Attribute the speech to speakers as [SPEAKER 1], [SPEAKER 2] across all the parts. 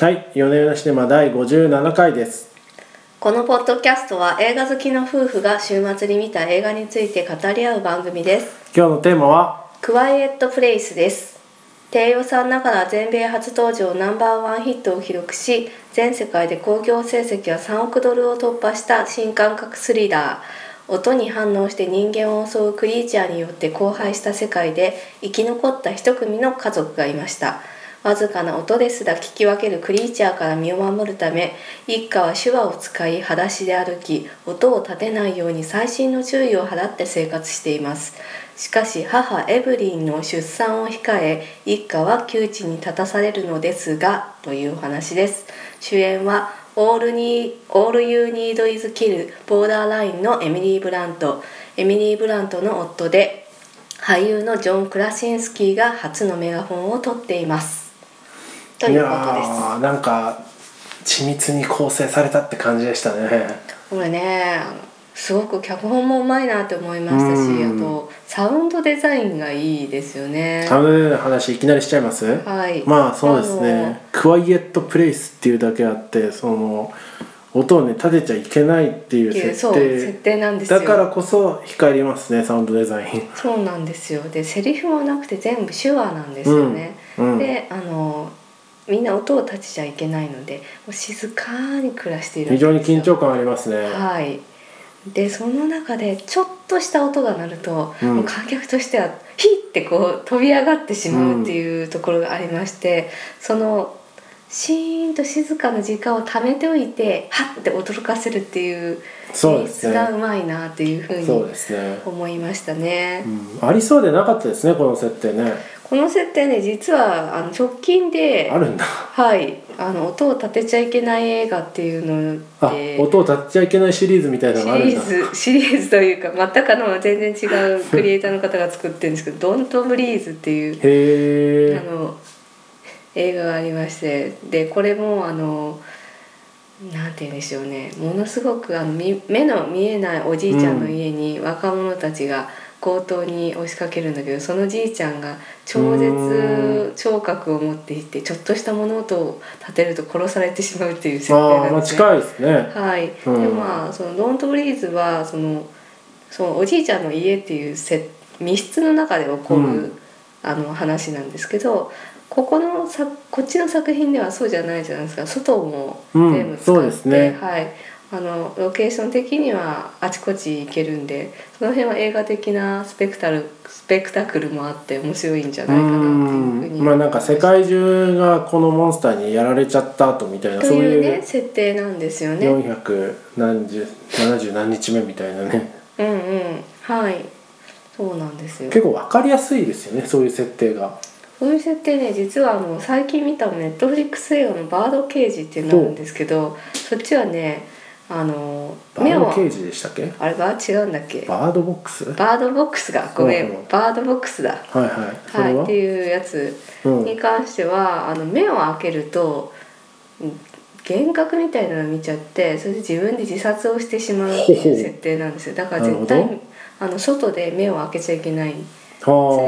[SPEAKER 1] はい、夜な夜なシネマ第57回です。
[SPEAKER 2] このポッドキャストは映画好きの夫婦が週末に見た映画について語り合う番組です
[SPEAKER 1] 今日のテーマは、
[SPEAKER 2] クワイエットプレイスです低予算ながら全米初登場ナンバーワンヒットを記録し全世界で興行成績は3億ドルを突破した新感覚スリラー音に反応して人間を襲うクリーチャーによって荒廃した世界で生き残った一組の家族がいましたわずかな音ですら聞き分けるクリーチャーから身を守るため一家は手話を使い裸足で歩き音を立てないように細心の注意を払って生活していますしかし母エブリンの出産を控え一家は窮地に立たされるのですがというお話です主演はオールに「オール・ユー・ニード・イズ・キル」ボーダーラインのエミリー・ブラントエミリー・ブラントの夫で俳優のジョン・クラシンスキーが初のメガホンを取っていますということです
[SPEAKER 1] ーなんか緻密に構成されたって感じでしたね。
[SPEAKER 2] これねあのすごく脚本もうまいなって思いましたし
[SPEAKER 1] う
[SPEAKER 2] あ
[SPEAKER 1] ん
[SPEAKER 2] とサウンドデザインがいいですよね
[SPEAKER 1] あのの話いきなりしちゃいます、
[SPEAKER 2] はい
[SPEAKER 1] まあそうですね「クワイエット・プレイス」っていうだけあってその音をね立てちゃいけないっていう
[SPEAKER 2] っていう
[SPEAKER 1] 設
[SPEAKER 2] そう
[SPEAKER 1] 定
[SPEAKER 2] 設定なんですよ
[SPEAKER 1] だからこそ光りますねサウンドデザイン。
[SPEAKER 2] そうなんですよでセリフもなくて全部手話なんですよね、
[SPEAKER 1] うんうん
[SPEAKER 2] であのみんな音を立てちゃいけないのでもう静かに暮らしているん
[SPEAKER 1] 非
[SPEAKER 2] ですよ
[SPEAKER 1] 常に緊張感ありますね。
[SPEAKER 2] はいでその中でちょっとした音が鳴ると、
[SPEAKER 1] うん
[SPEAKER 2] もう観客としてはヒッてこう飛び上がってしまうっていうところがありまして、そのシーンと静かな時間を貯めておいてハッて驚かせるっていう
[SPEAKER 1] そうです
[SPEAKER 2] 演出がう
[SPEAKER 1] ね。
[SPEAKER 2] まいなっていうふう
[SPEAKER 1] そう
[SPEAKER 2] に
[SPEAKER 1] ですね。
[SPEAKER 2] 思いましたね。
[SPEAKER 1] うんありそうでなかったですねこの設定ね。
[SPEAKER 2] この設定ね実はあの直近で
[SPEAKER 1] あるんだ。
[SPEAKER 2] はいあの音を立てちゃいけない映画っていうの
[SPEAKER 1] あ、
[SPEAKER 2] で
[SPEAKER 1] 音を立っちゃいけないシリーズみたいなのがあるん
[SPEAKER 2] シリ
[SPEAKER 1] だ。
[SPEAKER 2] ーズシリーズというか全くあの全然違うクリエイターの方が作ってるんですけど「ドントブリーズ」っていう
[SPEAKER 1] へ
[SPEAKER 2] あ
[SPEAKER 1] え。
[SPEAKER 2] の映画がありましてでこれもあのなんて言うんでしょうねものすごくあのみ目の見えないおじいちゃんの家に若者たちが強盗に押しかけるんだけど、そのじいちゃんが超
[SPEAKER 1] う
[SPEAKER 2] 絶聴覚を持っていてちょっとした物音を立てると殺されてしまうっていう設定
[SPEAKER 1] ああ、
[SPEAKER 2] なん
[SPEAKER 1] まあ
[SPEAKER 2] ですね。
[SPEAKER 1] 近いですね。
[SPEAKER 2] はい、
[SPEAKER 1] うん
[SPEAKER 2] でまあそのドントブリーズはそのそのおじいちゃんの家っていうせ密室の中で起こる、
[SPEAKER 1] うん
[SPEAKER 2] あの話なんですけどここのさこっちの作品ではそうじゃないじゃないですか外も
[SPEAKER 1] うん
[SPEAKER 2] 全部使って、
[SPEAKER 1] そうですね
[SPEAKER 2] はい、あのロケーション的にはあちこち行けるんでその辺は映画的なスペクタルスペクタクルもあって面白いんじゃ
[SPEAKER 1] う
[SPEAKER 2] ないかなっていうふうに
[SPEAKER 1] ん。まあなんか世界中がこのモンスターにやられちゃった後みたいな
[SPEAKER 2] と
[SPEAKER 1] そう
[SPEAKER 2] いう
[SPEAKER 1] い
[SPEAKER 2] ね
[SPEAKER 1] う
[SPEAKER 2] 設定なんですよね。
[SPEAKER 1] 四百何十七十何日目みたいなね。
[SPEAKER 2] うんうんはいそうなんですよ
[SPEAKER 1] 結構わかりやすいですよねそういう設定が。
[SPEAKER 2] そういう設定ね実はあの最近見たネットフリックス映画の「バードケージ」っていうのがあるんですけどそっちはねあの
[SPEAKER 1] バ
[SPEAKER 2] 目
[SPEAKER 1] ード
[SPEAKER 2] を
[SPEAKER 1] ケージでしたっけ？
[SPEAKER 2] あれは違うんだっけ
[SPEAKER 1] バードボックス？はい
[SPEAKER 2] バードボックスがごめ
[SPEAKER 1] ほうほうん
[SPEAKER 2] バードボックスだ
[SPEAKER 1] はい。そ
[SPEAKER 2] は
[SPEAKER 1] れ
[SPEAKER 2] いっ
[SPEAKER 1] は
[SPEAKER 2] て。いうやつ
[SPEAKER 1] うん
[SPEAKER 2] に関してはあの目を開けるとうん幻覚みたいなのを見ちゃってそれで自分で自殺をしてしまうって
[SPEAKER 1] ほ
[SPEAKER 2] いうう
[SPEAKER 1] ほう
[SPEAKER 2] 設定なんですよだから
[SPEAKER 1] なるほ
[SPEAKER 2] 絶
[SPEAKER 1] ど
[SPEAKER 2] 対あの外で目を開けちゃいけない常に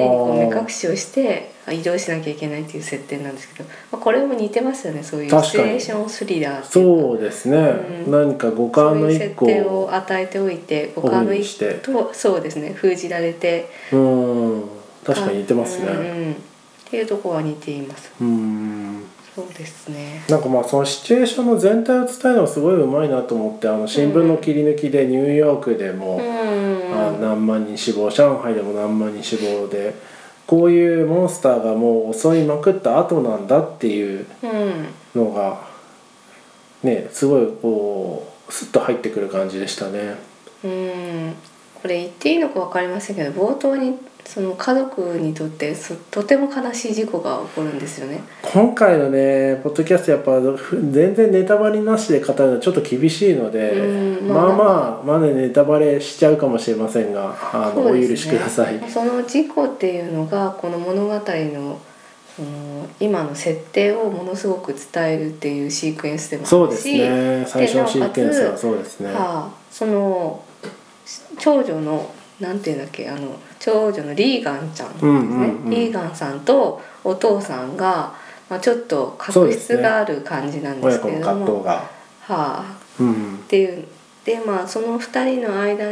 [SPEAKER 2] こう目
[SPEAKER 1] は
[SPEAKER 2] 隠しをして移動しなきゃいけないっていう設定なんですけど、まあ、これも似てますよねそういう
[SPEAKER 1] 確かに
[SPEAKER 2] シチュエーションスリラー
[SPEAKER 1] あ。
[SPEAKER 2] っていうか
[SPEAKER 1] そうですね。
[SPEAKER 2] うん
[SPEAKER 1] 何か五
[SPEAKER 2] そう
[SPEAKER 1] 感の
[SPEAKER 2] いう
[SPEAKER 1] 一
[SPEAKER 2] 設
[SPEAKER 1] 個
[SPEAKER 2] 定を与えておいて五感
[SPEAKER 1] オ
[SPEAKER 2] の一
[SPEAKER 1] フにして
[SPEAKER 2] 個とそうですね封じられて
[SPEAKER 1] うん確かに似てます
[SPEAKER 2] うん
[SPEAKER 1] ね
[SPEAKER 2] うんっていうところは似ています
[SPEAKER 1] うん
[SPEAKER 2] そうですね
[SPEAKER 1] なんかまあそのシチュエーションの全体を伝えるのがすごいうまいなと思ってあの新聞の切り抜きでニューヨークで
[SPEAKER 2] うん
[SPEAKER 1] も、あ何万人死亡上海でも何万人死亡でこういうモンスターがもう襲いまくった後なんだっていう
[SPEAKER 2] うん
[SPEAKER 1] のがねすごいこうスッと入ってくる感じでしたね。
[SPEAKER 2] うんこれ言っていいのか分かりませんけど冒頭にその家族にとってそとても悲しい事故が起こるんですよね
[SPEAKER 1] 今回のねポッドキャストやっぱふ全然ネタバレなしで語るのはちょっと厳しいので、
[SPEAKER 2] うん
[SPEAKER 1] ま
[SPEAKER 2] ま
[SPEAKER 1] あ
[SPEAKER 2] あ
[SPEAKER 1] まあまだネタバレしちゃうかもしれませんがあの、
[SPEAKER 2] そう
[SPEAKER 1] お
[SPEAKER 2] ですね
[SPEAKER 1] 許しください。
[SPEAKER 2] その事故っていうのがこの物語のその今の設定をものすごく伝えるっていうシークエンスでもあるし
[SPEAKER 1] そうですね最初のシークエンスはそうですね。
[SPEAKER 2] はあ、そのし長女のなんていうんだっけあの長女のリーガンちゃんですね、
[SPEAKER 1] うんうんうん
[SPEAKER 2] リーガンさんとお父さんがまあ、ちょっと確執がある感じなんで
[SPEAKER 1] 親
[SPEAKER 2] す
[SPEAKER 1] 子
[SPEAKER 2] けれ
[SPEAKER 1] の葛
[SPEAKER 2] ども、
[SPEAKER 1] 藤が
[SPEAKER 2] はあ
[SPEAKER 1] うん
[SPEAKER 2] っていうでまあその2人の間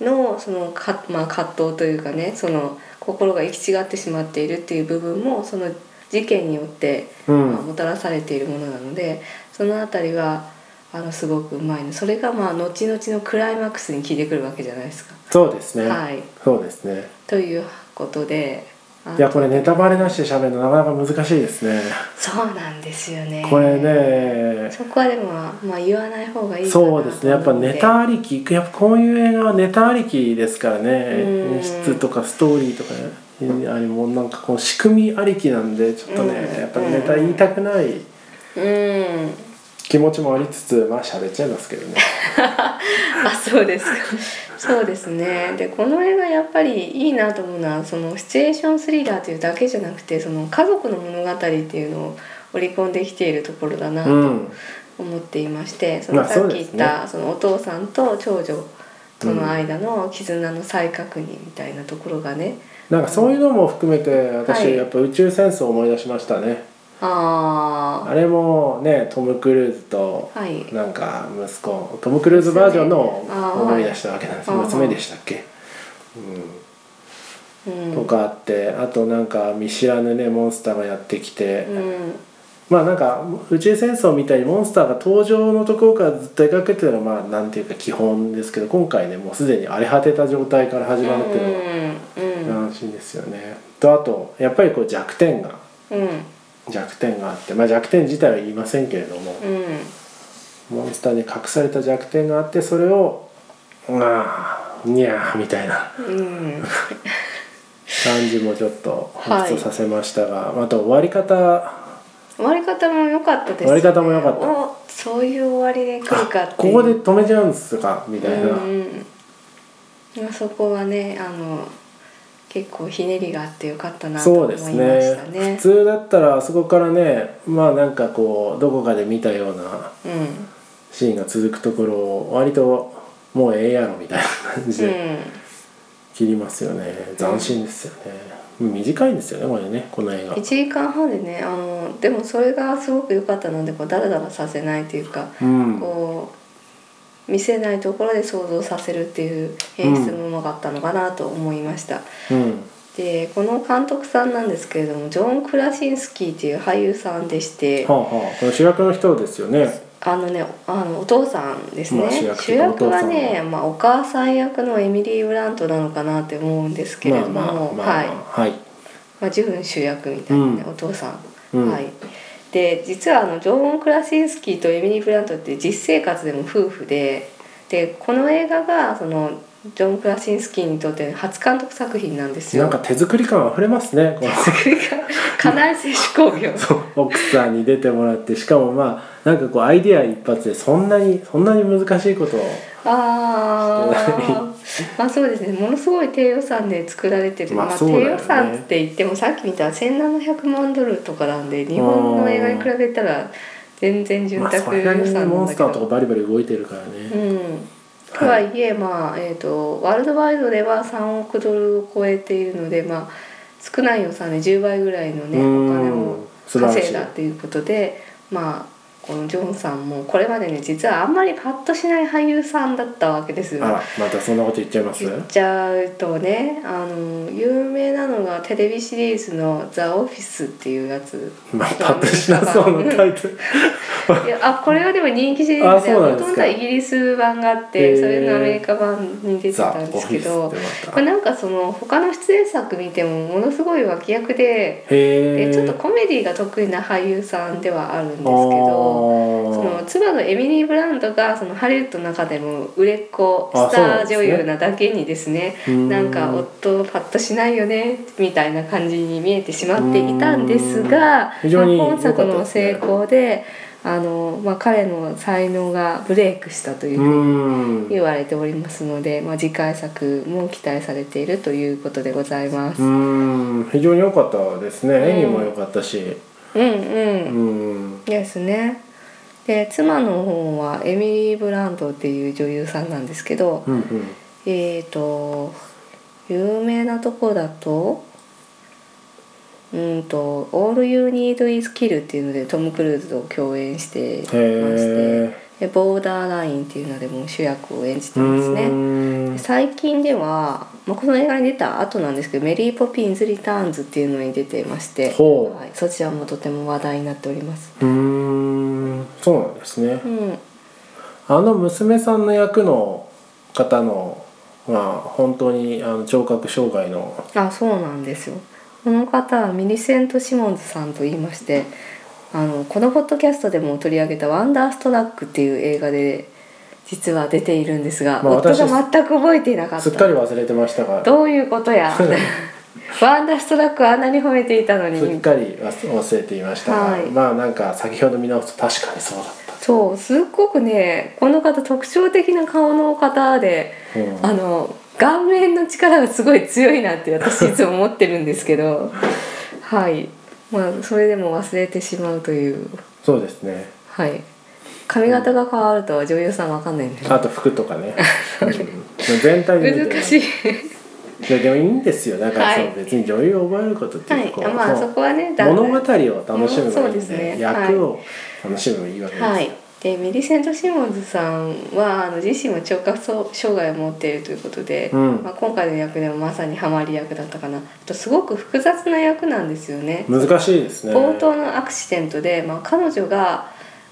[SPEAKER 2] のそのか、まあ、葛藤というかねその心が行き違ってしまっているっていう部分もその事件によって、
[SPEAKER 1] う
[SPEAKER 2] まあ
[SPEAKER 1] ん
[SPEAKER 2] もたらされているものなのでその辺りはあのすごくうまいのそれがまあ後々のクライマックスに効いてくるわけじゃないですか。
[SPEAKER 1] そうですね、
[SPEAKER 2] はい、
[SPEAKER 1] そうですね
[SPEAKER 2] ということであ
[SPEAKER 1] いやこれネタバレなしで喋るのなかなか難しいですね
[SPEAKER 2] そうなんですよね
[SPEAKER 1] これね
[SPEAKER 2] そこはでも、まあ、言わない方がいいか
[SPEAKER 1] そ
[SPEAKER 2] なと思
[SPEAKER 1] う
[SPEAKER 2] って
[SPEAKER 1] ですねやっぱネタありきやっぱこういう映画はネタありきですからね
[SPEAKER 2] うん
[SPEAKER 1] 演出とかストーリーとかねあれもうなんかこう仕組みありきなんでちょっとね
[SPEAKER 2] うん
[SPEAKER 1] やっぱネタ言いたくない
[SPEAKER 2] うん
[SPEAKER 1] 気持ちもありつつまあ喋っちゃいますけどね
[SPEAKER 2] あそうですかそうですねでこの映画やっぱりいいなと思うのはそのシチュエーションスリラーというだけじゃなくてその家族の物語っていうのを織り込んできているところだな
[SPEAKER 1] う
[SPEAKER 2] と
[SPEAKER 1] ん
[SPEAKER 2] 思っていまして、そ
[SPEAKER 1] ま
[SPEAKER 2] の
[SPEAKER 1] あ
[SPEAKER 2] さっ
[SPEAKER 1] そう
[SPEAKER 2] き言
[SPEAKER 1] で
[SPEAKER 2] っ
[SPEAKER 1] すね
[SPEAKER 2] たそのお父さんと長女との間の絆の再確認みたいなところがね、
[SPEAKER 1] なんかそういうのも含めて私、
[SPEAKER 2] はい
[SPEAKER 1] やっぱ宇宙戦争を思い出しましたね
[SPEAKER 2] あ
[SPEAKER 1] あれもねトム・クルーズと
[SPEAKER 2] あはい
[SPEAKER 1] なんか息子トム・クルーズバージョンの
[SPEAKER 2] 娘あー
[SPEAKER 1] 思い出したわけなんです
[SPEAKER 2] はい
[SPEAKER 1] 娘でしたっけ、うん
[SPEAKER 2] うん
[SPEAKER 1] とかあってあとなんか見知らぬねモンスターがやってきて、
[SPEAKER 2] うん
[SPEAKER 1] まあなんか宇宙戦争みたいにモンスターが登場のところからずっと描くっていうのはまあなんていうか基本ですけど今回ねもうすでに荒れ果てた状態から始まるっていう
[SPEAKER 2] うん
[SPEAKER 1] のは安心ですよね。とあとやっぱりこう弱点が
[SPEAKER 2] うんうん
[SPEAKER 1] 弱点があって、まあ、弱点自体は言いませんけれども、
[SPEAKER 2] うん
[SPEAKER 1] モンスターに隠された弱点があってそれを「うわーにゃー」みたいな
[SPEAKER 2] うん
[SPEAKER 1] 感じもちょっと発とさせましたが、あと終わり方
[SPEAKER 2] 終わり方も良かったです、ね、
[SPEAKER 1] 終わり方も良かった
[SPEAKER 2] おそういう終わりで来るかってい
[SPEAKER 1] こ
[SPEAKER 2] う
[SPEAKER 1] こで止めちゃうんですかみたいな、
[SPEAKER 2] うんうんまあ、そこはねあの結構ひねりがあって良かったなと
[SPEAKER 1] そう
[SPEAKER 2] 思
[SPEAKER 1] で
[SPEAKER 2] いますした
[SPEAKER 1] ね
[SPEAKER 2] ね
[SPEAKER 1] 普通だったらあそこからねまあなんかこうどこかで見たようなシーンが続くところを割ともうええやろみたいな感じ
[SPEAKER 2] うん、う
[SPEAKER 1] で
[SPEAKER 2] ん、
[SPEAKER 1] 切りますよね、斬新ですよね短いんですよねこれねこの映画
[SPEAKER 2] 1時間半でねあのでもそれがすごく良かったのでこうダラダラさせないというか、
[SPEAKER 1] うん
[SPEAKER 2] こう見せないところで想像させるっていう演出もうまかったのかなと思いました、
[SPEAKER 1] うん
[SPEAKER 2] でこの監督さんなんですけれどもジョン・クラシンスキーっていう俳優さんでして
[SPEAKER 1] はあはあこの主役の人ですよね
[SPEAKER 2] あのねあのお父さんですね、
[SPEAKER 1] まあ主
[SPEAKER 2] 主
[SPEAKER 1] 役
[SPEAKER 2] 役
[SPEAKER 1] というかお父さ
[SPEAKER 2] は
[SPEAKER 1] ん
[SPEAKER 2] ね、まあ、お母さん役のエミリー・ブラントなのかなって思うんですけれ
[SPEAKER 1] まあま
[SPEAKER 2] ども、
[SPEAKER 1] あまあ、まあ、
[SPEAKER 2] はい、
[SPEAKER 1] はい、
[SPEAKER 2] まあ、自分主役みたいなね、
[SPEAKER 1] うん
[SPEAKER 2] お父さん、
[SPEAKER 1] うん
[SPEAKER 2] はいで実はあのジョン・クラシンスキーとエミリー・ブラントって実生活でも夫婦ででこの映画がそのジョン・クラシンスキーにとって初監督作品なんですよ
[SPEAKER 1] なんか手作り感あふれますねこの
[SPEAKER 2] 家内製 紙工業
[SPEAKER 1] そう奥さんに出てもらってしかもまあなんかこうアイデア一発でそんなにそんなに難しいことを
[SPEAKER 2] ああ、まあそうですね。ものすごい低予算で作られてる。
[SPEAKER 1] まあ
[SPEAKER 2] まあ、
[SPEAKER 1] そうだよ
[SPEAKER 2] 低
[SPEAKER 1] ね
[SPEAKER 2] 予算って言ってもさっき見たら1700万ドルとかなんで、日本の映画に比べたら全然潤
[SPEAKER 1] まあそ
[SPEAKER 2] 沢
[SPEAKER 1] れ
[SPEAKER 2] 予
[SPEAKER 1] なりに
[SPEAKER 2] 算なんだけど。
[SPEAKER 1] モンスターとかバリバリ動いてるから
[SPEAKER 2] う
[SPEAKER 1] ね、
[SPEAKER 2] ん。とはいえ、まあえっ、とワールドワイドでは3億ドルを超えているので、まあ少ない予算で10倍ぐらいのねお金
[SPEAKER 1] う
[SPEAKER 2] を
[SPEAKER 1] ん素晴ら
[SPEAKER 2] 稼
[SPEAKER 1] し
[SPEAKER 2] い
[SPEAKER 1] い
[SPEAKER 2] だっていうことでまあこのジョンさんもこれまでね実はあんまりパッとしない俳優さんだったわけですよ
[SPEAKER 1] あらまたそんなこと言っちゃいます
[SPEAKER 2] 言っちゃうとねあの有名なのがテレビシリーズの「ザ・オフィス」っていうやつ
[SPEAKER 1] まあパッとしなそうなタイトル
[SPEAKER 2] いやあこれはでも人気シリーズで
[SPEAKER 1] あそうなん
[SPEAKER 2] も
[SPEAKER 1] です
[SPEAKER 2] と
[SPEAKER 1] か
[SPEAKER 2] もとはイギリス版があって
[SPEAKER 1] へー
[SPEAKER 2] それのアメリカ版に出て
[SPEAKER 1] ザ・
[SPEAKER 2] たん
[SPEAKER 1] オ
[SPEAKER 2] で
[SPEAKER 1] フ
[SPEAKER 2] す
[SPEAKER 1] ィ
[SPEAKER 2] け
[SPEAKER 1] ス
[SPEAKER 2] ど
[SPEAKER 1] ってま
[SPEAKER 2] これ
[SPEAKER 1] た
[SPEAKER 2] なんかその他の出演作見てもものすごい脇役で
[SPEAKER 1] へ
[SPEAKER 2] で
[SPEAKER 1] え
[SPEAKER 2] ちょっとコメディが得意な俳優さんではあるんですけど。その妻のエミリー・ブランドがそのハリウッドの中でも売れっ子
[SPEAKER 1] あ
[SPEAKER 2] スタ
[SPEAKER 1] そうなん
[SPEAKER 2] ー女
[SPEAKER 1] ですね
[SPEAKER 2] 優なだけにですねなんか夫パッとしないよねみたいな感じに見えてしまっていたんですが
[SPEAKER 1] うん非常に
[SPEAKER 2] まあ本作
[SPEAKER 1] 良か
[SPEAKER 2] の
[SPEAKER 1] ったですね
[SPEAKER 2] 成功であの、まあ、彼の才能がブレイクしたという
[SPEAKER 1] う
[SPEAKER 2] ふうに
[SPEAKER 1] ん
[SPEAKER 2] 言われておりますので、まあ、次回作も期待されているということでございます。
[SPEAKER 1] うん非常に良かったですね、
[SPEAKER 2] ん
[SPEAKER 1] 演技も良かったし
[SPEAKER 2] うん、うん
[SPEAKER 1] うん
[SPEAKER 2] ですねで妻の方はエミリー・ブランドっていう女優さんなんですけど、
[SPEAKER 1] うんうん
[SPEAKER 2] えーと有名なとこだとうんと「All You Need Is Kill」っていうのでトム・クルーズと共演してまし
[SPEAKER 1] へ
[SPEAKER 2] てで「ボーダーライン」っていうのでもう主役を演じて
[SPEAKER 1] う
[SPEAKER 2] ますね。
[SPEAKER 1] ーん
[SPEAKER 2] 最近では、まあ、この映画に出た後なんですけど「メリー・ポピンズ・リターンズ」っていうのに出てまして、
[SPEAKER 1] ほう
[SPEAKER 2] はい、そちらもとても話題になっております。
[SPEAKER 1] うーんそうなんですね
[SPEAKER 2] うん、
[SPEAKER 1] あの娘さんの役の方のまあ本当にあの聴覚障害の
[SPEAKER 2] あそうなんですよこの方はミリセント・シモンズさんといいましてあのこのポッドキャストでも取り上げた「ワンダーストラック」っていう映画で実は出ているんですが、
[SPEAKER 1] まあ
[SPEAKER 2] 夫
[SPEAKER 1] 私
[SPEAKER 2] が全く覚えていなかった
[SPEAKER 1] すっかり忘れてましたが
[SPEAKER 2] どういうことや ワンダーストラックはあんなに褒めていたの
[SPEAKER 1] すっ
[SPEAKER 2] に
[SPEAKER 1] かり忘れていましたが、
[SPEAKER 2] はい
[SPEAKER 1] まあなんか先ほど見直すと確かにそうだっ
[SPEAKER 2] そうすっごくねこの方特徴的な顔の方で
[SPEAKER 1] た、うん
[SPEAKER 2] あの顔面の力がすごい強いなって私いつも思ってるんです けどはいまあそれでも忘れてしまうという
[SPEAKER 1] そうですね
[SPEAKER 2] はい髪型が変わると女優さんわかんないんで、
[SPEAKER 1] あと服とか ね、うん全体で見ても
[SPEAKER 2] 難しい
[SPEAKER 1] やでもいいんですよだからその
[SPEAKER 2] はい
[SPEAKER 1] 別に女優を覚えることって
[SPEAKER 2] は
[SPEAKER 1] いう
[SPEAKER 2] い
[SPEAKER 1] こう、
[SPEAKER 2] まあ
[SPEAKER 1] そ
[SPEAKER 2] そうこはねだんだ
[SPEAKER 1] 物
[SPEAKER 2] ん
[SPEAKER 1] 語を楽しむのがいい
[SPEAKER 2] うんんそうです
[SPEAKER 1] で
[SPEAKER 2] ね
[SPEAKER 1] 役を楽しむのがいいわけです、
[SPEAKER 2] はい、でミリセント・シモンズさんはあの自身も聴覚障害を持っているということで、
[SPEAKER 1] うん
[SPEAKER 2] まあ、今回の役でもまさにハマり役だったかなあとすごく複雑な役なんですよね。
[SPEAKER 1] 難しいですね
[SPEAKER 2] 冒頭のアクシデントで、まあ、彼女が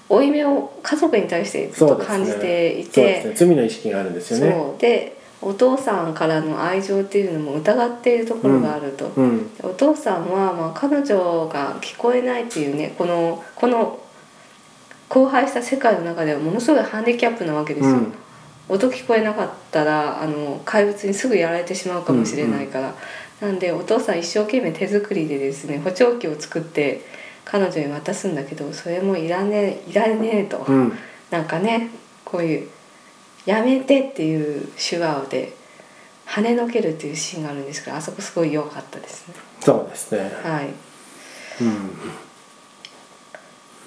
[SPEAKER 2] 負い目を家族に対してずっと感じてい
[SPEAKER 1] そうです
[SPEAKER 2] て
[SPEAKER 1] ね罪の意識があるんですよね
[SPEAKER 2] そうでお父さんからの愛情っていうのも疑っているところがあると、
[SPEAKER 1] うん
[SPEAKER 2] お父さんはまあ彼女が聞こえないっていうねこのこの荒廃した世界の中ではものすごいハンディキャップなわけです
[SPEAKER 1] う
[SPEAKER 2] よ、
[SPEAKER 1] ん
[SPEAKER 2] 音聞こえなかったらあの怪物にすぐやられてしまうかもしれないから、なんでお父さん一生懸命手作りでですね補聴器を作って彼女に渡すんだけどそれもいらねえいらねえと、
[SPEAKER 1] うん
[SPEAKER 2] なんかねこういう「やめて」っていう手話で跳ねのけるっていうシーンがあるんですけどあそこすごい良かったですね。
[SPEAKER 1] そうですね
[SPEAKER 2] はい
[SPEAKER 1] うん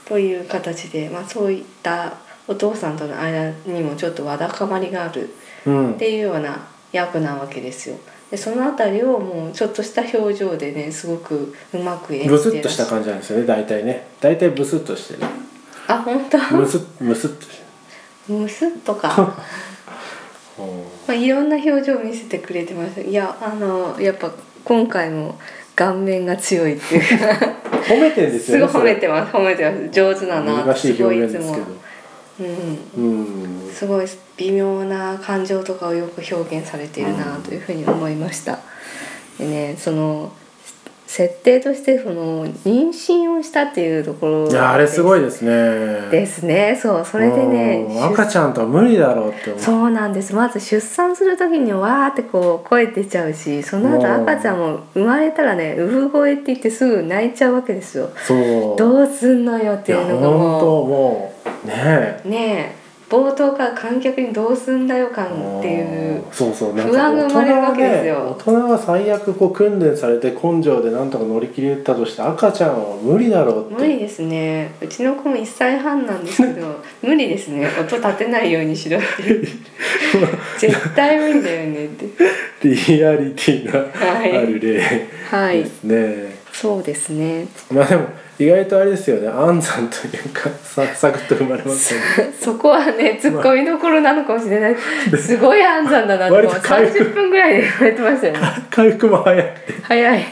[SPEAKER 2] という形で、まあ、そういったお父さんとの間にもちょっとわだかまりがある
[SPEAKER 1] うん
[SPEAKER 2] っていうような役なわけですよ。でそのあたりをもうちょっとした表情でねすごくうまく演じて
[SPEAKER 1] ブ
[SPEAKER 2] らっ
[SPEAKER 1] ス
[SPEAKER 2] しゃ
[SPEAKER 1] ッとした感じなんですよね大体ね大体ブスッとしてる
[SPEAKER 2] あ本当
[SPEAKER 1] ムスッムスッとして
[SPEAKER 2] むすっとか、
[SPEAKER 1] るうん
[SPEAKER 2] まあ、いろんな表情を見せてくれてましたいやあのやっぱ今回も顔面が強いっていうか
[SPEAKER 1] 褒めてるんです
[SPEAKER 2] す
[SPEAKER 1] よ
[SPEAKER 2] ごい
[SPEAKER 1] ね
[SPEAKER 2] 褒めてます褒めてます上手だな
[SPEAKER 1] 難しい表現
[SPEAKER 2] す
[SPEAKER 1] です
[SPEAKER 2] ご
[SPEAKER 1] けど
[SPEAKER 2] いいつも、うん、
[SPEAKER 1] うん
[SPEAKER 2] すごい微妙な感情とかをよく表現されているなというふうに思いました。でねその設定としてその妊娠をしたっていうところ
[SPEAKER 1] いやあれすごい
[SPEAKER 2] で
[SPEAKER 1] ですね
[SPEAKER 2] すですねそうそれでね
[SPEAKER 1] うん
[SPEAKER 2] 出
[SPEAKER 1] 赤ちゃんとは無理だろうって思う
[SPEAKER 2] そうなんですまず出産する時にわーってこう声出ちゃうしその後
[SPEAKER 1] うん
[SPEAKER 2] 赤ちゃんも生まれたらね産声って言ってすぐ泣いちゃうわけですよ
[SPEAKER 1] そう
[SPEAKER 2] どうすんのよって
[SPEAKER 1] い
[SPEAKER 2] い
[SPEAKER 1] や
[SPEAKER 2] う
[SPEAKER 1] 本
[SPEAKER 2] の
[SPEAKER 1] 当
[SPEAKER 2] がもう
[SPEAKER 1] もうねえ
[SPEAKER 2] ねえ冒頭から観客にどうすんだよ感っていう
[SPEAKER 1] うんそうそうなんか
[SPEAKER 2] 不安が生まれるわけですよ
[SPEAKER 1] 大人がね大人が最悪こう訓練されて根性でなんとか乗り切れたとして赤ちゃんは無理だろうって
[SPEAKER 2] 無理ですねうちの子も1歳半なんですけ ど無理ですね音立てないようにしろって 絶対無理だよねって
[SPEAKER 1] リアリティがあ
[SPEAKER 2] はい
[SPEAKER 1] る例
[SPEAKER 2] は
[SPEAKER 1] で
[SPEAKER 2] い
[SPEAKER 1] すね、
[SPEAKER 2] そうですね
[SPEAKER 1] まあでも意外とあれですよね安産というかさサクッと生まれますよね
[SPEAKER 2] そこはねツッコミどころなのかもしれないすごい安産だなってもう
[SPEAKER 1] 割と回復
[SPEAKER 2] 30分ぐらいで言われてましたよね
[SPEAKER 1] 回復も早くて
[SPEAKER 2] 早い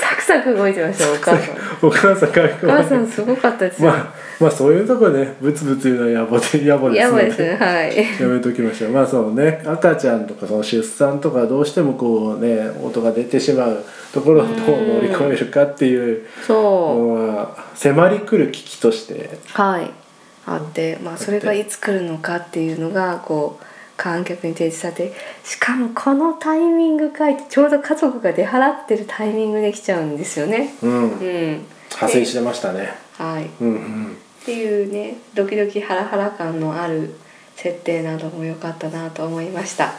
[SPEAKER 2] サクサク動いてましたよお母さん
[SPEAKER 1] お母さん回
[SPEAKER 2] お
[SPEAKER 1] 復も
[SPEAKER 2] 母
[SPEAKER 1] 早
[SPEAKER 2] さん
[SPEAKER 1] くて
[SPEAKER 2] すごかったですよ、
[SPEAKER 1] まあまあそういうとこねブツブツ言うのは野暮で野暮です
[SPEAKER 2] や
[SPEAKER 1] の
[SPEAKER 2] ばい
[SPEAKER 1] で
[SPEAKER 2] ですねはい
[SPEAKER 1] やめときましょうまあそのね赤ちゃんとかその出産とかどうしてもこうね音が出てしまうところをどう乗り越えるかっていう
[SPEAKER 2] そう
[SPEAKER 1] のは迫りくる危機として
[SPEAKER 2] はい、あって、まあ、それがいつ来るのかっていうのがこう観客に提示されてしかもこのタイミングかいってちょうど家族が出払ってるタイミングで来ちゃうんですよね。
[SPEAKER 1] うん
[SPEAKER 2] うん、
[SPEAKER 1] 派生してましたね
[SPEAKER 2] はい、っ
[SPEAKER 1] うんうん
[SPEAKER 2] ていうねドキドキハラハラ感のある設定なども良かったなと思いました。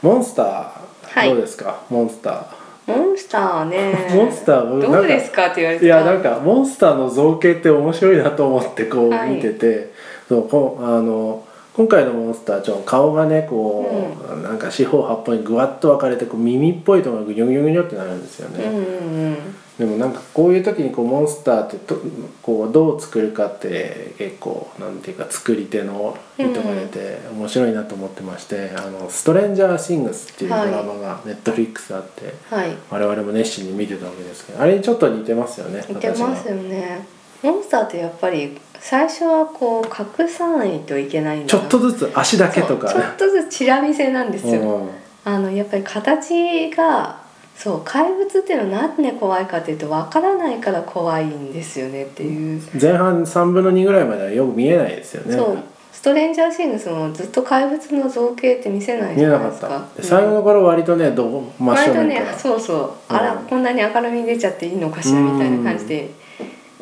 [SPEAKER 1] モンスタ
[SPEAKER 2] は
[SPEAKER 1] ー
[SPEAKER 2] い
[SPEAKER 1] どうですかモンスタ
[SPEAKER 2] モンスターね
[SPEAKER 1] モンスター僕
[SPEAKER 2] どうですかって言われ
[SPEAKER 1] ーい
[SPEAKER 2] て
[SPEAKER 1] やなんかモンスターの造形って面白いなと思ってこう
[SPEAKER 2] はい
[SPEAKER 1] 見ててそうこうあの今回のモンスターちょっと顔がねこう、なんか四方八方にぐわっと分かれてこう耳っぽいとこがぐにょぐにょぐにょってなるんですよ
[SPEAKER 2] うん
[SPEAKER 1] ね、
[SPEAKER 2] うん
[SPEAKER 1] でもなんかこういう時にこうモンスターってとこうどう作るかって結構なんていうか作り手の意図が出て面白いなと思ってまして「あのストレンジャー・シングス」っていうドラマがネットフリックスあって、
[SPEAKER 2] はい
[SPEAKER 1] 我々も熱心に見てたわけですけどあれにちょっと似てますよね
[SPEAKER 2] 似てます
[SPEAKER 1] 形が
[SPEAKER 2] よねモンスターってやっぱり最初はこう隠さないといけないんだ
[SPEAKER 1] ちょっと
[SPEAKER 2] ず
[SPEAKER 1] ずつ足だけとか
[SPEAKER 2] ちょっとずつチラ見せなんですよ、
[SPEAKER 1] うん
[SPEAKER 2] あのやっぱり形がそう怪物っていうのはなんで怖いかっていうとわからないから怖いんですよねっていう、
[SPEAKER 1] 前半3分の2ぐらいまではよく見えないですよね
[SPEAKER 2] そうストレンジャーシングスもずっと怪物の造形って見せない
[SPEAKER 1] 見
[SPEAKER 2] じ
[SPEAKER 1] えな
[SPEAKER 2] ゃな
[SPEAKER 1] か
[SPEAKER 2] いで
[SPEAKER 1] っ
[SPEAKER 2] す
[SPEAKER 1] た、
[SPEAKER 2] か。
[SPEAKER 1] で最後
[SPEAKER 2] うん
[SPEAKER 1] の頃割とねどう真
[SPEAKER 2] 割と
[SPEAKER 1] 正面
[SPEAKER 2] ね
[SPEAKER 1] から、
[SPEAKER 2] そうそうあら、
[SPEAKER 1] うん
[SPEAKER 2] こんなに明るみに出ちゃっていいのかしらみたいな感じで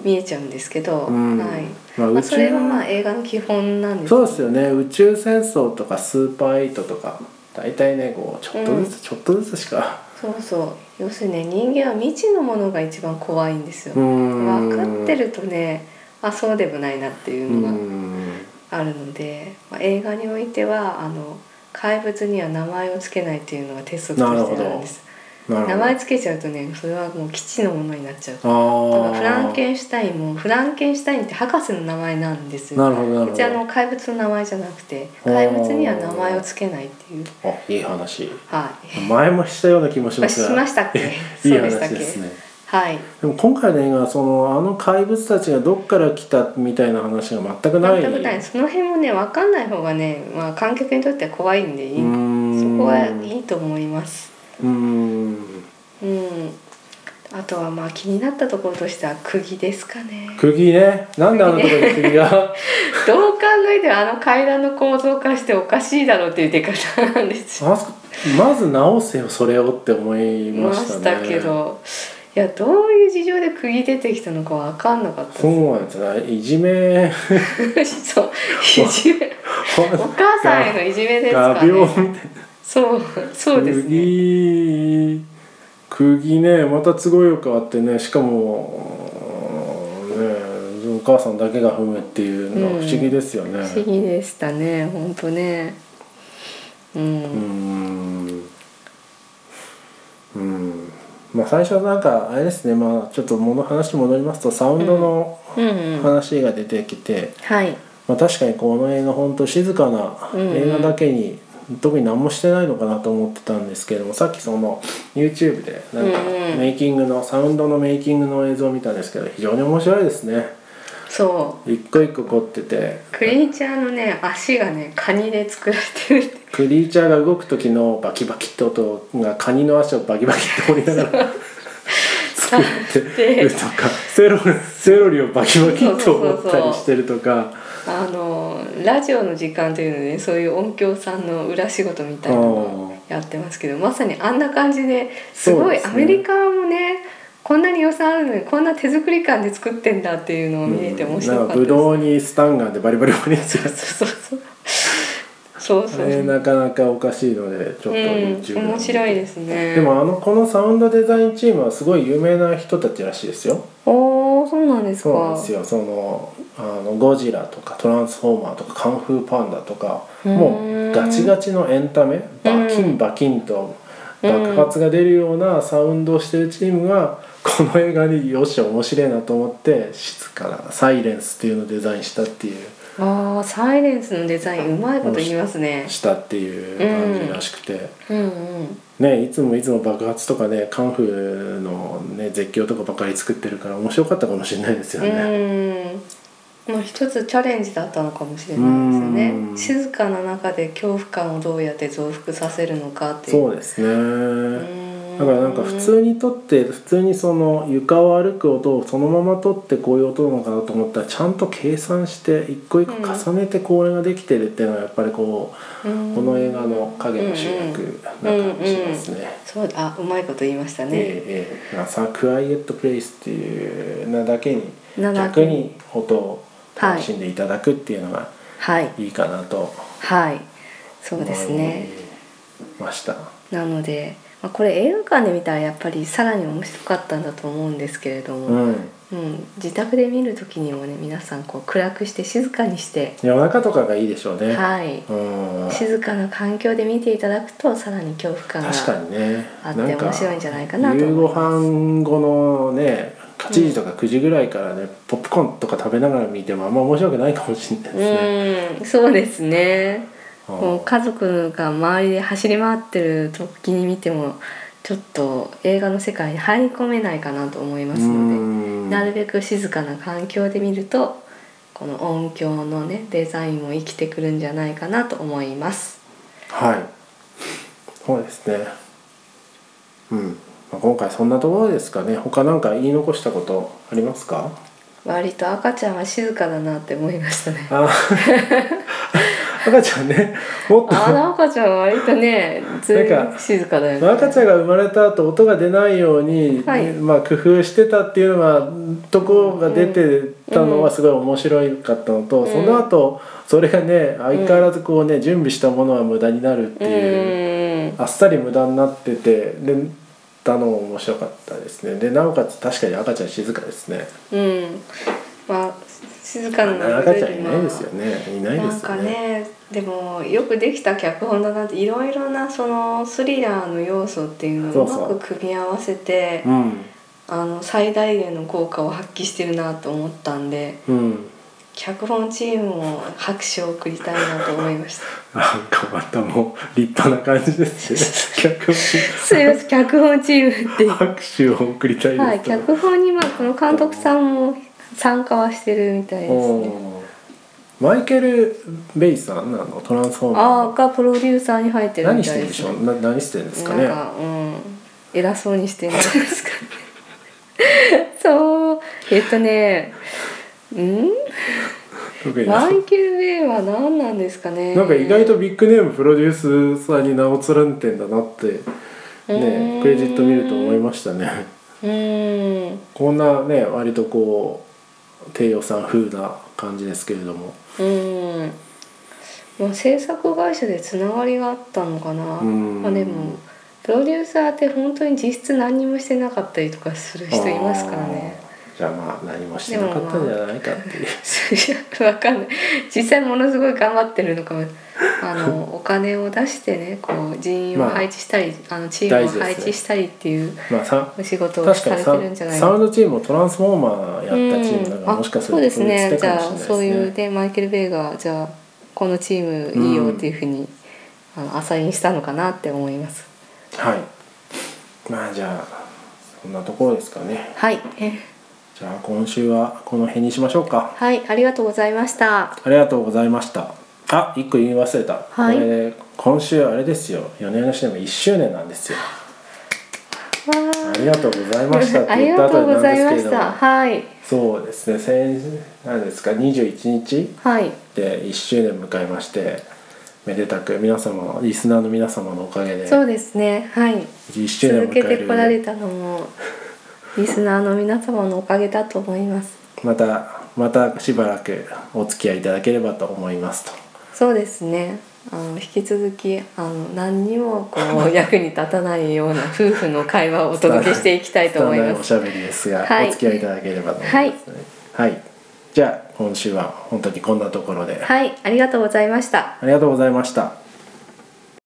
[SPEAKER 2] 見えちゃうんですけど、
[SPEAKER 1] うん
[SPEAKER 2] はい
[SPEAKER 1] まあ
[SPEAKER 2] ま
[SPEAKER 1] 宇
[SPEAKER 2] あ、それ
[SPEAKER 1] 宙
[SPEAKER 2] がまあ映画の基本なんです
[SPEAKER 1] そうですよね宇宙戦争とかスーパーエイトとか大体ねこうちょっとずつ、ちょっとずつしか
[SPEAKER 2] そうそう要するにね人間は未知のものが一番怖いんですよ、
[SPEAKER 1] ん
[SPEAKER 2] 分かってるとねあそうでもないなっていううのが
[SPEAKER 1] ん
[SPEAKER 2] あるので、まあ、映画においてはあの怪物には名前をつけないっていうのが鉄則としてあるんです
[SPEAKER 1] なるほど
[SPEAKER 2] 名前つけちゃうとねそれはもう基地のものになっちゃう
[SPEAKER 1] あ
[SPEAKER 2] だから
[SPEAKER 1] ー
[SPEAKER 2] フランケンシュタインもフランケンシュタインって博士の名前なんですよ
[SPEAKER 1] なるほどなる
[SPEAKER 2] う
[SPEAKER 1] ほ
[SPEAKER 2] ち
[SPEAKER 1] ど
[SPEAKER 2] あの怪物の名前じゃなくて怪物には名前をつけないっていう
[SPEAKER 1] あいい話
[SPEAKER 2] はい
[SPEAKER 1] 前もしたような気もし
[SPEAKER 2] ま
[SPEAKER 1] ま
[SPEAKER 2] あ
[SPEAKER 1] す
[SPEAKER 2] しましたっけ
[SPEAKER 1] いい
[SPEAKER 2] そうで
[SPEAKER 1] 話
[SPEAKER 2] したっけ
[SPEAKER 1] ですね
[SPEAKER 2] はい
[SPEAKER 1] でも今回の映画はそのあの怪物たちがどっから来たみたいな話が全くない
[SPEAKER 2] 全くないその辺もね分かんない方がね、まあ、観客にとっては怖いんでいい
[SPEAKER 1] そ
[SPEAKER 2] そ
[SPEAKER 1] こ
[SPEAKER 2] こはいいと思います
[SPEAKER 1] うーん
[SPEAKER 2] うんあとはまあ気になったところとしては釘ですかね
[SPEAKER 1] 釘ねなんであのところに釘が
[SPEAKER 2] どう考えてもあの階段の構造化しておかしいだろうっていう出方なんですよ
[SPEAKER 1] あそこ まず直せよそれをって思いま
[SPEAKER 2] ま
[SPEAKER 1] したね
[SPEAKER 2] したけどいやどういう事情で釘出てきたのか分かんなかったで
[SPEAKER 1] そうなんですねいじめ
[SPEAKER 2] すそういじめお母さんへのいじめです
[SPEAKER 1] 画
[SPEAKER 2] か
[SPEAKER 1] 鋲
[SPEAKER 2] ねそうそうですね
[SPEAKER 1] 釘釘ねまた都合よくあってねしかもうーんねお母さんだけが踏むっていうのは不思議ですよね、
[SPEAKER 2] 不思議でしたね本当ねうん
[SPEAKER 1] うーんうんまあ最初なんかあれですねまあちょっともの話に戻りますとサウンドの
[SPEAKER 2] うんうん、
[SPEAKER 1] 話が出てきて、
[SPEAKER 2] はい、
[SPEAKER 1] まあ確かにこの映画本当静かな
[SPEAKER 2] うんうん
[SPEAKER 1] 映画だけに、特に何もしてないのかなと思ってたんですけどもさっきその YouTube でなんか
[SPEAKER 2] うんうん
[SPEAKER 1] メイキングの、サウンドのメイキングの映像を見たんですけど非常に面白いですね
[SPEAKER 2] そう
[SPEAKER 1] 一個一個凝ってて
[SPEAKER 2] クリーチャーのね足がねカニで作られてるって
[SPEAKER 1] クリーチャーが動く時のバキバキって音がカニの足をバキバキって折りなが ら作って
[SPEAKER 2] で
[SPEAKER 1] るとかセロリセロリをバキバキって折ったりしてるとか
[SPEAKER 2] あのラジオの時間というので、ね、そういう音響さんの裏仕事みたいなのをやってますけどまさにあんな感じです
[SPEAKER 1] そう
[SPEAKER 2] ごい
[SPEAKER 1] です
[SPEAKER 2] ア
[SPEAKER 1] ね
[SPEAKER 2] メリカもねこんなに予算あるのにこんな手作り感で作ってんだっていうのを見えて面白か
[SPEAKER 1] なん
[SPEAKER 2] っ
[SPEAKER 1] か
[SPEAKER 2] た
[SPEAKER 1] ブ
[SPEAKER 2] です、
[SPEAKER 1] ドウにスタンガンでバリバリバリってやつ
[SPEAKER 2] そうそうそうそう
[SPEAKER 1] あ
[SPEAKER 2] そう
[SPEAKER 1] れなかなかおかしいのでちょっと YouTube
[SPEAKER 2] うん、面白いですすね
[SPEAKER 1] でもあのこのサウンドデザインチームはすごい有名な人たちらしいですよ
[SPEAKER 2] おおそうなんですか
[SPEAKER 1] そうなんですよそのあのゴジラとかトランスフォーマーとかカンフーパンダとかも
[SPEAKER 2] う
[SPEAKER 1] うんガチガチのエンタメバキンバキンと爆発が出るようなサウンドをしてるチームがこの映画によし面白いなと思って静かな「サイレンス」っていうのをデザインしたっていう
[SPEAKER 2] ああサイレンスのデザインうまいこと言いますね。
[SPEAKER 1] したっていう感じらしくて。
[SPEAKER 2] うんうん。
[SPEAKER 1] ね、いつもいつも爆発とかねカンフーの、ね、絶叫とかばかり作ってるから面白かったかもしれないですよね。
[SPEAKER 2] うん。まあ一つチャレンジだったのかもしれ
[SPEAKER 1] う
[SPEAKER 2] ないです
[SPEAKER 1] ん
[SPEAKER 2] ね。静かな中で恐怖感をどうやって増幅させるのかっていう。
[SPEAKER 1] そうですね
[SPEAKER 2] う
[SPEAKER 1] だからなんか普通に撮って普通にその床を歩く音をそのまま撮ってこういう音なのかなと思ったらちゃんと計算して一個一個重ねてこれができてるっていうのはやっぱりこうこの映画の影の主役な感じですね。
[SPEAKER 2] そうあうまいこと言いましたね。
[SPEAKER 1] ええええ、さクワイエットプレイスっていうなだけに
[SPEAKER 2] なだ
[SPEAKER 1] 逆
[SPEAKER 2] けに
[SPEAKER 1] に音を楽しんでいただくっていうのが
[SPEAKER 2] はい
[SPEAKER 1] いいかなと
[SPEAKER 2] はい。そう
[SPEAKER 1] 思い
[SPEAKER 2] ですね。
[SPEAKER 1] ました。
[SPEAKER 2] なのでまあ、これ映画館で見たらやっぱりさらに面白かったんだと思うんですけれども、
[SPEAKER 1] うん、
[SPEAKER 2] うん自宅で見る時にもね皆さんこう暗くして静かにして、
[SPEAKER 1] 夜中とかがいいでしょうね、
[SPEAKER 2] はい、
[SPEAKER 1] うん、
[SPEAKER 2] 静かな環境で見ていただくとさらに恐怖感が
[SPEAKER 1] 確かにね
[SPEAKER 2] あっ
[SPEAKER 1] な
[SPEAKER 2] て
[SPEAKER 1] んか
[SPEAKER 2] 面白いんじゃないかなと
[SPEAKER 1] 夕
[SPEAKER 2] 思
[SPEAKER 1] ご
[SPEAKER 2] います
[SPEAKER 1] 飯後のね8時とか9時ぐらいからね、ポップコーンとか食べながら見てもあんま面白くないかもしれないですね、
[SPEAKER 2] うんそうですね
[SPEAKER 1] うん
[SPEAKER 2] もう家族が周りで走り回ってる時に見てもちょっと映画の世界に入り込めないかなと思いますのでなるべく静かな環境で見るとこの音響のねデザインも生きてくるんじゃないかなと思います
[SPEAKER 1] はいそうですねうん、まあ、今回そんなところですかね他なんか言い残したことありますか
[SPEAKER 2] 割と赤ちゃんは静かだなって思いました ね
[SPEAKER 1] あ赤ちゃんねもっと
[SPEAKER 2] あの赤ちゃんは割とねずいぶん静かだよね
[SPEAKER 1] 赤ちゃんが生まれた後音が出ないように、
[SPEAKER 2] はい
[SPEAKER 1] まあ、工夫してたっていうのがとこが出てたのはすごい面白かったのと、
[SPEAKER 2] うん
[SPEAKER 1] その後それがね相変わらずこうね、準備したものは無駄になるっていう、
[SPEAKER 2] うん
[SPEAKER 1] あっさり無駄になっててでたのも面白かったですねでなおかつ確かに赤ちゃん静かですね
[SPEAKER 2] うんまあ静かな
[SPEAKER 1] 赤ちゃんいないですよねいないで
[SPEAKER 2] なん
[SPEAKER 1] す
[SPEAKER 2] か
[SPEAKER 1] よね
[SPEAKER 2] ねでもよくできた脚本だなっていろいろなそのスリラーの要素っていうのを
[SPEAKER 1] そうそう
[SPEAKER 2] うまく組み合わせて
[SPEAKER 1] うん
[SPEAKER 2] あの最大限の効果を発揮してるなと思ったんで
[SPEAKER 1] うん
[SPEAKER 2] 脚本チームも拍手を送りたいなと思いました
[SPEAKER 1] なんかまたもう立派な感じです ね脚本
[SPEAKER 2] すいません脚本チームっていう
[SPEAKER 1] 拍手を送りたいです、
[SPEAKER 2] はい脚本にまあこの監督さんも参加はしてるみたいです
[SPEAKER 1] お
[SPEAKER 2] ね
[SPEAKER 1] ーマイケル・ベイさんなのトランスフォー
[SPEAKER 2] あ
[SPEAKER 1] マ
[SPEAKER 2] ーがプロデューサーに入って
[SPEAKER 1] ー
[SPEAKER 2] るみ
[SPEAKER 1] 何したて
[SPEAKER 2] い
[SPEAKER 1] るん
[SPEAKER 2] で
[SPEAKER 1] ですし
[SPEAKER 2] ね
[SPEAKER 1] ょうな何してるんですかね
[SPEAKER 2] なんか、うん、偉そうにしてるんじゃないですかね そうえっとねん
[SPEAKER 1] 特にな
[SPEAKER 2] マイケル・ベイは何なんですかね
[SPEAKER 1] なんか意外とビッグネームプロデュースさんに名を連ねてんだなって
[SPEAKER 2] うー
[SPEAKER 1] ね
[SPEAKER 2] ん
[SPEAKER 1] クレジット見ると思いましたね
[SPEAKER 2] うん
[SPEAKER 1] こんなね割とこう低予算風な感じですけれども
[SPEAKER 2] うんまあ制作会社でつながりがあったのかな
[SPEAKER 1] うん
[SPEAKER 2] まあでもプロデューサーって本当に実質何にもしてなかったりとかする人いますからね
[SPEAKER 1] あーじゃあまあ何もしてなかったんじゃないかっていう、
[SPEAKER 2] わかんない実際ものすごい頑張ってるのかも あのお金を出してねこう人員を
[SPEAKER 1] まあ
[SPEAKER 2] 配置したり、あ、のチーム
[SPEAKER 1] 大
[SPEAKER 2] を
[SPEAKER 1] 事ですね
[SPEAKER 2] 配置したりっていう
[SPEAKER 1] まあさ
[SPEAKER 2] お仕事を
[SPEAKER 1] 確
[SPEAKER 2] さ
[SPEAKER 1] か
[SPEAKER 2] れ
[SPEAKER 1] に
[SPEAKER 2] て
[SPEAKER 1] サ
[SPEAKER 2] るんじゃない
[SPEAKER 1] サ
[SPEAKER 2] か
[SPEAKER 1] ウンドチームもトランスフォーマーやったチームだから、
[SPEAKER 2] うん
[SPEAKER 1] もしか
[SPEAKER 2] あ
[SPEAKER 1] す
[SPEAKER 2] そ
[SPEAKER 1] る
[SPEAKER 2] う
[SPEAKER 1] と
[SPEAKER 2] ですねじ
[SPEAKER 1] かも
[SPEAKER 2] ゃ
[SPEAKER 1] しれ
[SPEAKER 2] あ
[SPEAKER 1] ないです
[SPEAKER 2] そういう
[SPEAKER 1] ね。
[SPEAKER 2] でマイケル・ベイがじゃあこのチームいいよっていうふうに、あのアサインしたのかなって思います
[SPEAKER 1] はい。まあじゃあこんなところですかね。
[SPEAKER 2] はいえ
[SPEAKER 1] じゃあ今週はこの辺にしましょうか。
[SPEAKER 2] はいありがとうございました
[SPEAKER 1] ありがとうございました。あ、一個言い忘れた。
[SPEAKER 2] はい
[SPEAKER 1] これ今週あれですよ。4年のシネマ1周年なんですよ。
[SPEAKER 2] わー
[SPEAKER 1] ありがとうございましたっ
[SPEAKER 2] あ
[SPEAKER 1] て
[SPEAKER 2] り
[SPEAKER 1] 言った
[SPEAKER 2] がと
[SPEAKER 1] 後
[SPEAKER 2] う
[SPEAKER 1] にな
[SPEAKER 2] ご
[SPEAKER 1] んで
[SPEAKER 2] ざい
[SPEAKER 1] すけ
[SPEAKER 2] ま
[SPEAKER 1] れ
[SPEAKER 2] し
[SPEAKER 1] ども
[SPEAKER 2] た。はい
[SPEAKER 1] そうですね。先何ですか21日
[SPEAKER 2] はい
[SPEAKER 1] で1周年迎えまして。めでたく皆様リスナーの皆様のおかげで
[SPEAKER 2] そうですねはい
[SPEAKER 1] 1周年を
[SPEAKER 2] 続
[SPEAKER 1] 迎え
[SPEAKER 2] け
[SPEAKER 1] る
[SPEAKER 2] てこられたのもリスナーの皆様のおかげだと思います
[SPEAKER 1] またまたしばらくお付き合いいただければと思いますと
[SPEAKER 2] そうですねあの引き続きあの何にもこう役に立たないような夫婦の会話をお届けしていきたいと思いま
[SPEAKER 1] お
[SPEAKER 2] す
[SPEAKER 1] しゃべりですが、
[SPEAKER 2] はい
[SPEAKER 1] お付き合いいただければと思いますねはい、じゃあ今週は本当にこんなところで、
[SPEAKER 2] はいありがとうございました
[SPEAKER 1] ありがとうございました